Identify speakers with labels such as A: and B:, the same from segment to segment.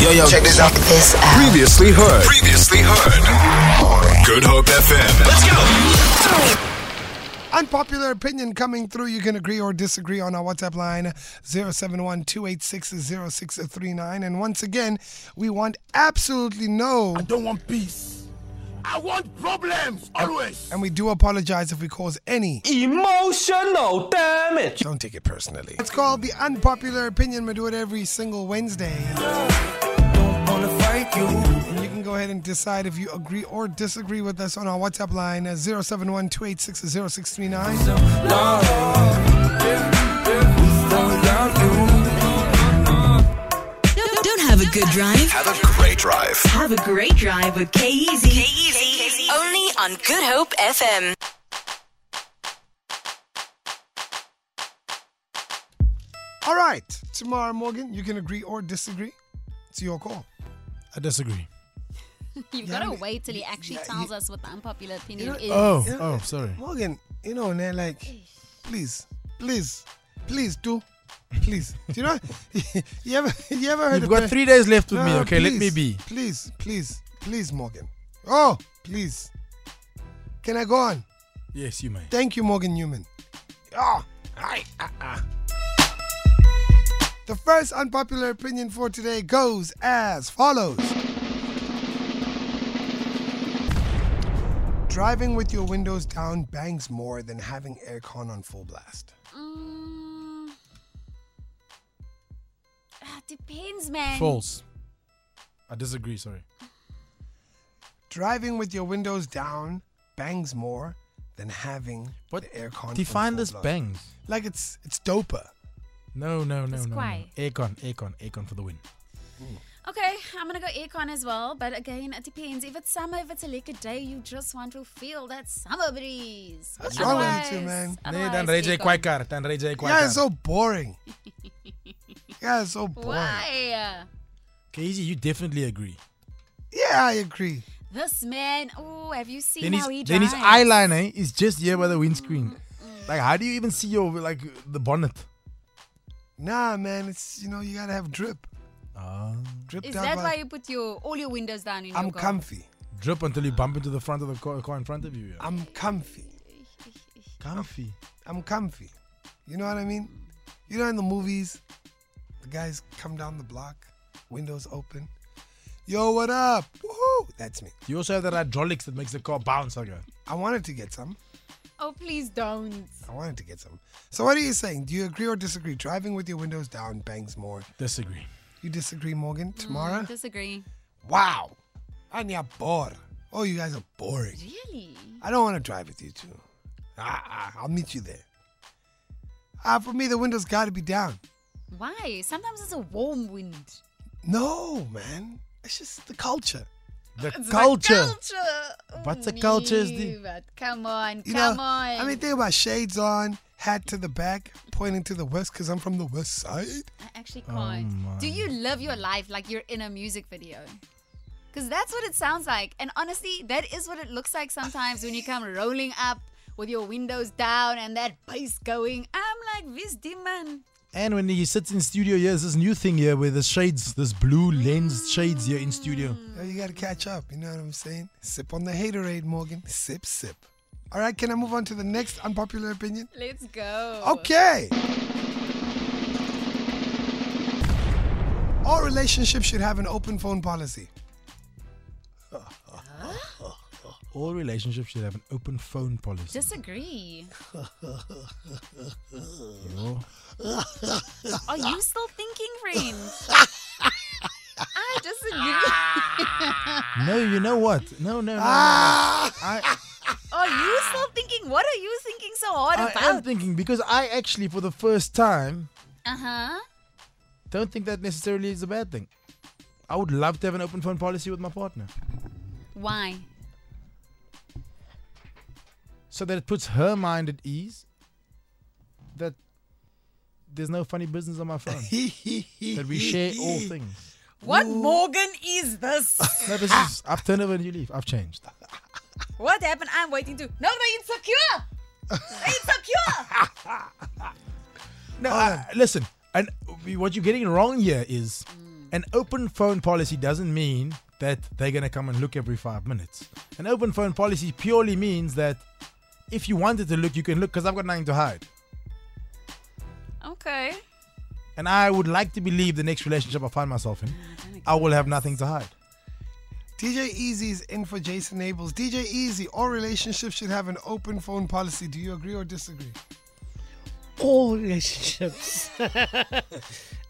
A: Yo, yo, check this out.
B: This out.
C: Previously heard.
A: Previously heard. Good Hope FM. Let's go.
D: Unpopular opinion coming through. You can agree or disagree on our WhatsApp line 71 And once again, we want absolutely no.
E: don't want peace. I want problems always.
D: And we do apologize if we cause any.
F: Emotional damage.
D: Don't take it personally. It's called the unpopular opinion. We do it every single Wednesday. And you can go ahead and decide if you agree or disagree with us on our WhatsApp line uh, 071
G: Don't, don't have a good drive.
A: Have a great drive.
G: Have a great drive with E K-Easy. K-Easy. Only on Good Hope FM.
D: All right. Tomorrow, Morgan, you can agree or disagree. It's your call.
H: I disagree.
I: You've got to wait till he actually tells us what the unpopular opinion
D: know-
I: is.
H: Oh,
D: Yeah.
H: oh, sorry.
D: Morgan, you know, and they're like, please, please, please do, please. Do you know? you ever, you ever heard?
H: You've
D: of
H: got
D: a-
H: three days left with
D: No,
H: me.
D: no,
H: Okay, let me
D: please,
H: be.
D: Please, please, please, Morgan. Oh, please. Can I go on?
H: Yes, you may.
D: Thank you, Morgan Newman. Oh, hi. ah, ah. The first unpopular opinion for today goes as follows Driving with your windows down bangs more than having aircon on full blast.
I: Mm. Ah, depends, man.
H: False. I disagree. Sorry.
D: Driving with your windows down bangs more than having
H: What?
D: the aircon. on
H: Define
D: full
H: this
D: blast.
H: bangs.
D: Like it's it's doper.
H: No, no, no,
I: It's
H: no, no.
I: quiet.
H: Aircon, aircon, aircon for the win.
I: Okay, I'm gonna go aircon as well, but again, it depends. If it's summer, if it's a lekker day, you just want to feel that summer breeze.
D: What's wrong with you, man?
H: Nee,
I: Otherwise-
H: dan ry
I: otherwise,
H: jy
I: aircon.
H: kwaai kar, dan ry jy kwaai
D: Yeah,
H: kar.
D: it's so boring. yeah, it's so boring.
I: Why?
H: Casey, you definitely agree.
D: Yeah, I agree.
I: This man. Oh, have you seen
H: Then his,
I: how he
H: then
I: drives? Mm,
H: his eyeliner is just here by the windscreen. Like, how do you even see your like the bonnet?
D: Nah, man, it's you know you gotta have drip,
H: Ah,
D: drip
I: Is
D: down.
I: that
D: by-
I: why you put your all your windows down in
D: I'm
I: your car?
D: comfy.
H: drip until you bump into the front of the car, car in front of you. Yeah.
D: I'm comfy.
H: Ah, Comfy.
D: I'm comfy. You know what I mean? You know in the movies, the guys come down the block, windows open. Yo, what up? Woohoo! That's me.
H: You also have that hydraulics that makes the car bounce, like a
D: I wanted to get some.
I: Oh, please don't.
D: I wanted to get some. So what are you saying? Do you agree or disagree? Driving with your windows down bangs more.
H: disagree.
D: You disagree, Morgan? Tomorrow?
I: Mm. Disagree.
D: Wow. And you're bored. Oh, you guys are boring.
I: Really?
D: I don't want to drive with you two. Ah, ah, I'll meet you there. Ah, for me, the window's got to be down.
I: Why? Sometimes it's a warm wind.
D: No, man. It's just the culture.
H: The
I: It's the
H: culture.
I: culture.
H: But the
I: Oh,
H: culture is
I: nee,
H: the-
I: But come on,
D: You
I: come
D: know,
I: on.
D: I mean, think about shades on, hat to the back, pointing to the west because I'm from the west side.
I: I actually
H: oh
I: can't. Do you live your life like you're in a music video? Because that's what it sounds like. And honestly, that is what it looks like sometimes when you come rolling up with your windows down and that bass going. I'm like, this demon.
H: And when he sits in studio, yeah, there's this new thing here where the shades, this blue lens shades here in studio.
D: Yo, you got to catch up. You know what I'm saying? Sip on the haterade, Morgan. Sip, sip. All right, can I move on to the next unpopular opinion?
I: Let's go.
H: Oh,
D: Okay. All relationships should have an open phone policy.
H: All relationships should have an open phone policy.
I: Disagree. Are you still thinking, friend? I disagree.
H: No, you know what? No, no, no. no. I,
I: Are you still thinking? What are you thinking so hard
H: I am
I: about?
H: thinking because I actually, for the first time,
I: Uh huh.
H: don't think that necessarily is a bad thing. I would love to have an open phone policy with my partner
I: Why?
H: so that it puts her mind at ease that there's no funny business on my phone, that we share all things.
I: What Morgan is this?
H: No, this is, I've turned over a new leaf. I've changed.
I: What happened? I'm waiting to. No, they're insecure. They're insecure.
H: No, uh, listen. And we- what you're getting wrong here is
I: Mm.
H: an open phone policy doesn't mean that they're going to come and look every five minutes. An open phone policy purely means that if you wanted to look, you can look because I've got nothing to hide.
I: Okay.
H: And I would like to believe the next relationship I find myself in, I will have nothing to hide.
D: DJ Easy is in for Jason Abels. DJ Easy, all relationships should have an open phone policy. Do you agree or disagree?
B: all relationships.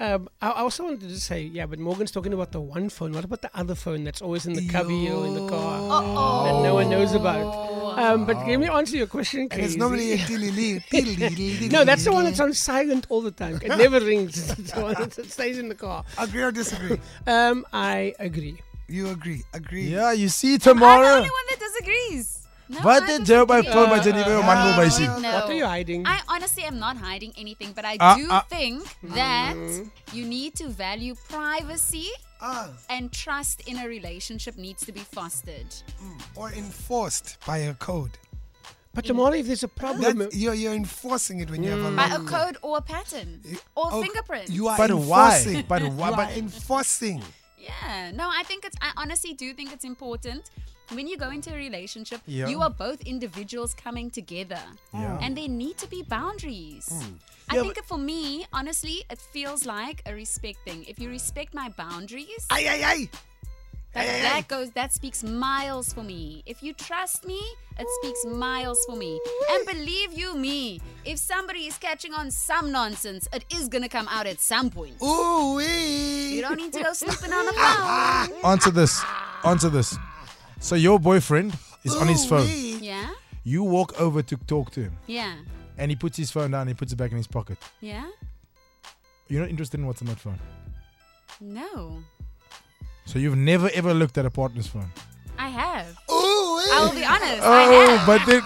B: um, I, I also wanted to just say, yeah, but Morgan's talking about the one phone. What about the other phone that's always in the cubby or in the car that no one knows about? Um, but let me answer your question,
D: And it's
B: Crazy.
D: normally a dilly-lee, dilly-lee,
B: no, that's the one
D: dilly-lee.
B: that's on silent all the time. It never rings. It's the one that stays in the car.
D: Agree or disagree?
B: Um, I agree.
D: You agree. Agree.
H: Yeah, you see
I: I'm the
H: tomorrow.
I: only one that disagrees. No,
H: Wat
I: I
H: het jou by
I: disagree.
H: phone by Geneva man wil by sien?
I: Uh, No.
B: What are you hiding?
I: I honestly am not hiding anything, but I
H: Ah,
I: do
H: ah.
I: think
D: Mm.
I: that you need to value privacy
D: Ah,
I: and trust in a relationship needs to be fostered.
D: or enforced by a code.
B: but tomorrow, if there's a problem, uh,
D: That, you're, you're enforcing it when you have a
I: By a
D: lockdown.
I: code or a pattern or
D: Oh,
I: fingerprint.
D: You are
H: Mm. But why?
D: enforcing.
H: But
D: You
H: why-
D: are
H: but-
D: enforcing.
I: Yeah. No, I think it's, I honestly do think it's important. When you go into a relationship,
H: Yeah.
I: you are both individuals coming together. And there need to be boundaries.
D: Hmm.
I: I
H: Yeah,
I: think for me, honestly, it feels like a respect thing. If you respect my boundaries,
D: Ay, ay, ay.
I: that, that goes that speaks miles for me. If you trust me, it speaks miles for me. And believe you me, if somebody is catching on some nonsense, it is gonna come out at some point.
D: Ooh, Ah, wee.
I: You don't need to go snooping on a phone.
H: Answer this. Answer this. So your boyfriend is on his phone.
I: Yeah?
H: You walk over to talk to him,
I: Yeah.
H: and he puts his phone down. He puts it back in his pocket.
I: Yeah?
H: You're not interested in what's on that phone.
I: No.
H: So you've never ever looked at a partner's phone.
I: I have.
D: Ooh, wee.
I: I will be honest. I
H: Oh,
I: have.
H: but then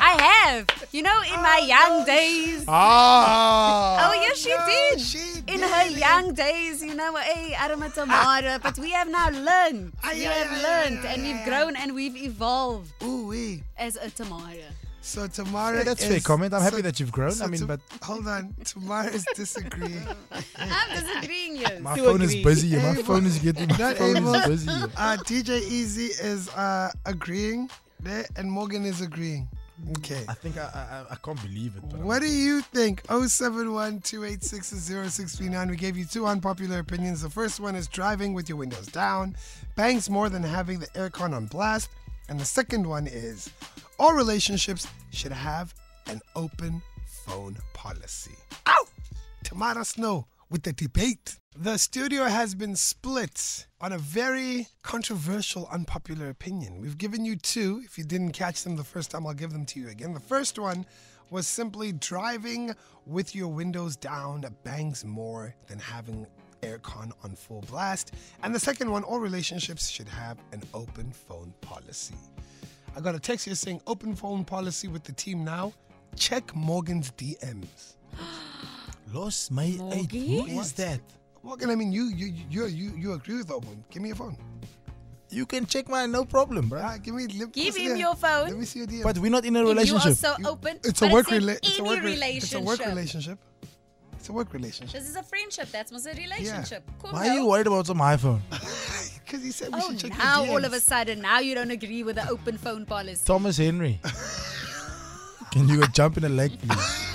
I: I have. You know, in
D: Oh,
I: my young days.
H: ah,
I: Oh, yes, she did.
D: she
I: in
D: did. Ah.
I: her young days, you know, hey, Adam and Tamara. But we have now learned. We
D: yeah,
I: have
D: yeah,
I: learned
D: yeah,
I: and
D: yeah,
I: we've grown and we've evolved
D: Ooh, wee.
I: as a Tamara.
D: So tomorrow.
H: Yeah, that's
D: is,
H: fair comment. I'm happy
D: so-
H: that you've grown.
D: so
H: I mean,
D: to-
H: but-
D: hold on. Tomorrow is disagreeing.
I: I'm disagreeing, yes.
H: my
B: Do
H: phone
B: agree.
H: is busy. My
D: Able-
H: phone is getting. My
D: Not
H: phone
D: able.
H: is busy.
D: Uh, DJ Easy is uh, agreeing there, and Morgan is agreeing. Okay.
H: I think I I, I can't believe it. But I'm-
D: What do you think? 0712860639. We gave you two unpopular opinions. The first one is driving with your windows down bangs more than having the aircon on blast. And the second one is all relationships should have an open phone policy. Ow! Tamara Snow with the debate. The studio has been split on a very controversial, unpopular opinion. We've given you two. If you didn't catch them the first time, I'll give them to you again. The first one was simply driving with your windows down bangs more than having aircon on full blast. And the second one, all relationships should have an open phone policy. I got a text here saying open phone policy with the team now. Check Morgan's DMs.
H: Lost my eight. Who
I: Morgie?
H: is that?
D: Morgan, I mean, you you you you you agree with Open. Give me your phone.
H: You can check mine, no problem, bro.
D: Ah, give me. Let, let me
I: Give
D: see
I: him
D: the-
I: your phone.
D: Let me see your DM.
H: But we're not in a
I: If you are
H: relationship.
I: so open,
D: it's a
I: but
D: work
I: in
D: rela- It's a
I: any
D: work re- It's
I: relationship.
D: a work relationship. It's a work relationship.
I: This is a friendship. That's what's a relationship. Cool,
H: Why are
I: no?
H: you worried about some iPhone?
D: Because he said we
I: Oh,
D: should check
I: now
D: your DMs.
I: all of a sudden, now you don't agree with the open phone policy.
H: Thomas Henry. Can you go jump in a lake, please?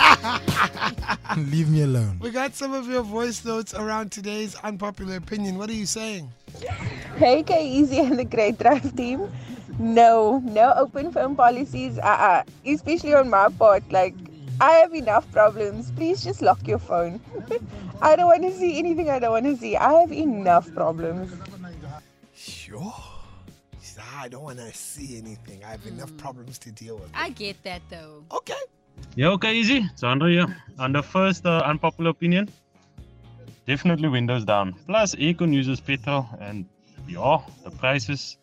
H: Leave me alone.
D: We got some of your voice notes around today's unpopular opinion. What are you saying?
C: Hey, K Easy and the Great Drive team. No, no open phone policies. Uh uh Especially on my part. Like, I have enough problems. Please just lock your phone. I don't want to see anything I don't want to see. I have enough problems.
D: Sure. She said, "Ah, I don't want to see anything. I have enough
I: Hmm.
D: problems to deal with.
I: I get that though.
J: Oh.
D: Okay.
K: Yeah, okay, easy. It's Andre here. And the first uh, unpopular opinion definitely windows down. Plus, aircon uses petrol and yeah, the prices.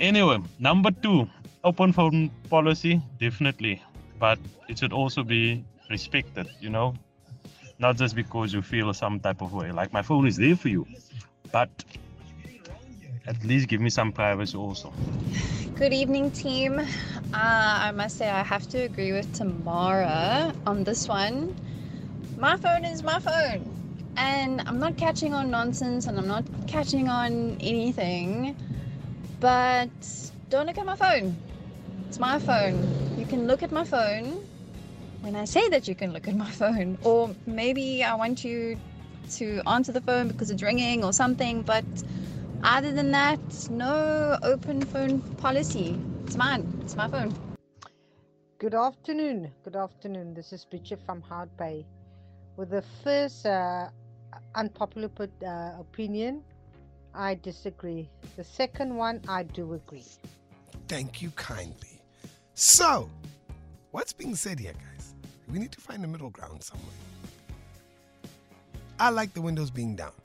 K: Anyway, number two, open phone policy, definitely. But it should also be respected, you know? Not just because you feel some type of way. Like, my phone is there for you. But at least give me some privacy also.
J: Good evening, team. Uh, I must say, I have to agree with Tamara on this one. My phone is my phone. and I'm not catching on nonsense and I'm not catching on anything. But don't look at my phone. It's my phone. You can look at my phone when I say that you can look at my phone. Or maybe I want you to answer the phone because it's ringing or something. But other than that, no open phone policy. It's mine. It's my phone.
L: Good afternoon. Good afternoon. This is Richard from Hard Bay with the first uh, unpopular uh, opinion. I disagree. The second one, I do agree.
D: Thank you kindly. So, what's being said here, guys? We need to find a middle ground somewhere. I like the windows being down.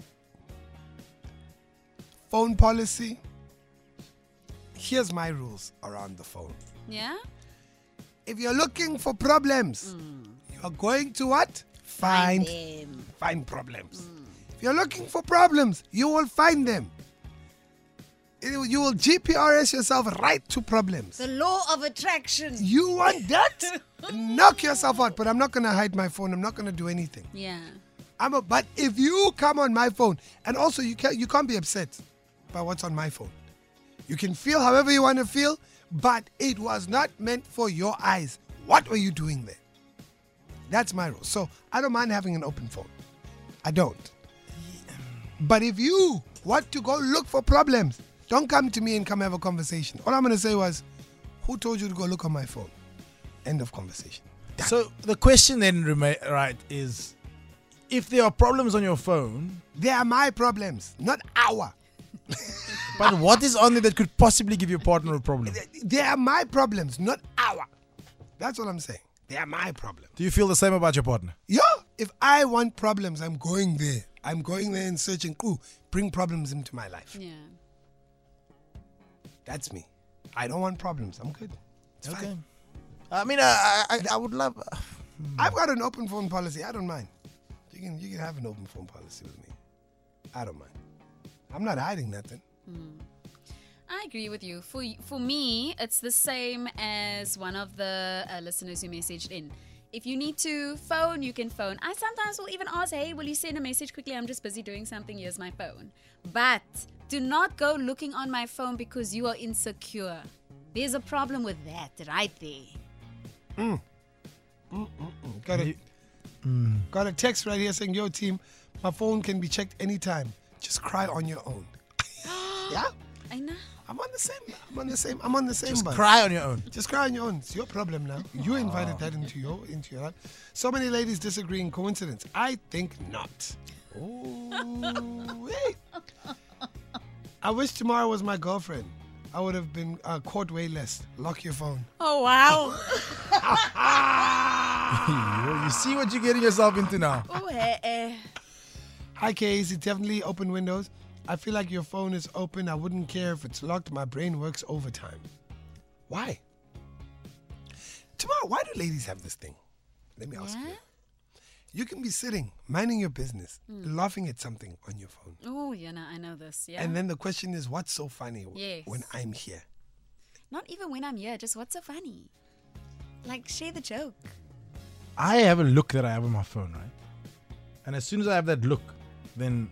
D: Phone policy. Here's my rules around the phone.
I: Yeah?
D: If you're looking for problems, you're going to what? Find
I: them.
D: find problems. If you're looking for problems, you will find them. You you will GPRS yourself right to problems.
M: The law of attraction.
D: You want that? Knock yourself out. But I'm not gonna hide my phone. I'm not gonna do anything.
I: Yeah.
D: I'm a, but if you come on my phone, and also you can't you can't be upset by what's on my phone. You can feel however you want to feel, but it was not meant for your eyes. What were you doing there? That's my rule. So I don't mind having an open phone. I don't. But if you want to go look for problems, don't come to me and come have a conversation. All I'm gonna say was, who told you to go look on my phone? End of conversation.
H: So the question then, rema- right, is if there are problems on your phone,
D: they are my problems, not our.
H: but what is on there that could possibly give your partner a problem?
D: They are my problems, not our. That's what I'm saying. They are my problem.
H: Do you feel the same about your partner?
D: Yeah. If I want problems, I'm going there. I'm going there and searching. Ooh, bring problems into my life.
I: Yeah.
D: That's me. I don't want problems. I'm good. It's
H: Okay.
D: fine.
H: I mean, I, I, I would love. uh, hmm.
D: I've got an open phone policy. I don't mind. You can you can have an open phone policy with me. I don't mind. I'm not hiding nothing.
I: I agree with you. For for me, it's the same as one of the uh, listeners who messaged in. If you need to phone, you can phone. I sometimes will even ask, "Hey, will you send a message quickly? I'm just busy doing something. Here's my phone." But do not go looking on my phone because you are insecure. There's a problem with that right there.
D: Mm. Mm-mm-mm. Got a Mm. got a text right here saying, "Yo, team, my phone can be checked anytime. Just cry on your own." yeah.
I: I know.
D: I'm on the same. I'm on the same. I'm on the same.
H: Just
D: bus.
H: cry on your own.
D: Just cry on your own. It's your problem now. You invited that into your into your life. So many ladies disagreeing. Coincidence? I think not. Oh, wait. I wish tomorrow was my girlfriend. I would have been uh, caught way less. Lock your phone.
I: Oh wow.
H: you you see what you're getting yourself into now.
I: oh eh, eh.
D: Hi, Casey. Definitely open windows. I feel like your phone is open. I wouldn't care if it's locked. My brain works overtime. Why? Tomorrow, why do ladies have this thing? Let me ask you. You can be sitting, minding your business,
I: Mm.
D: laughing at something on your phone.
I: Oh, yeah, no, I know this. Yeah.
D: And then the question is, what's so funny w-
I: Yes.
D: when I'm here?
I: not even when I'm here, just what's so funny? Like share the joke.
H: I have a look that I have on my phone, right? And as soon as I have that look, then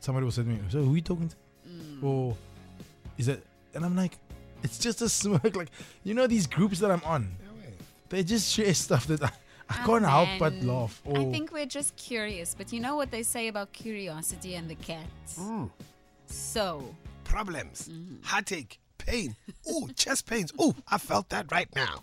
H: somebody will say to me, So who are you talking to?
I: Mm.
H: Or is that and I'm like, it's just a smirk. Like, you know these groups that I'm on. They just share stuff that I, I
I: Oh,
H: can't help but
I: man.
H: laugh. Oh. Or
I: I think we're just curious, but you know what they say about curiosity and the cat? So,
D: Problems,
I: Mm-hmm.
D: heartache, pain. Ooh, chest pains. Ooh, I felt that right now.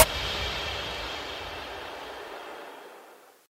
G: need.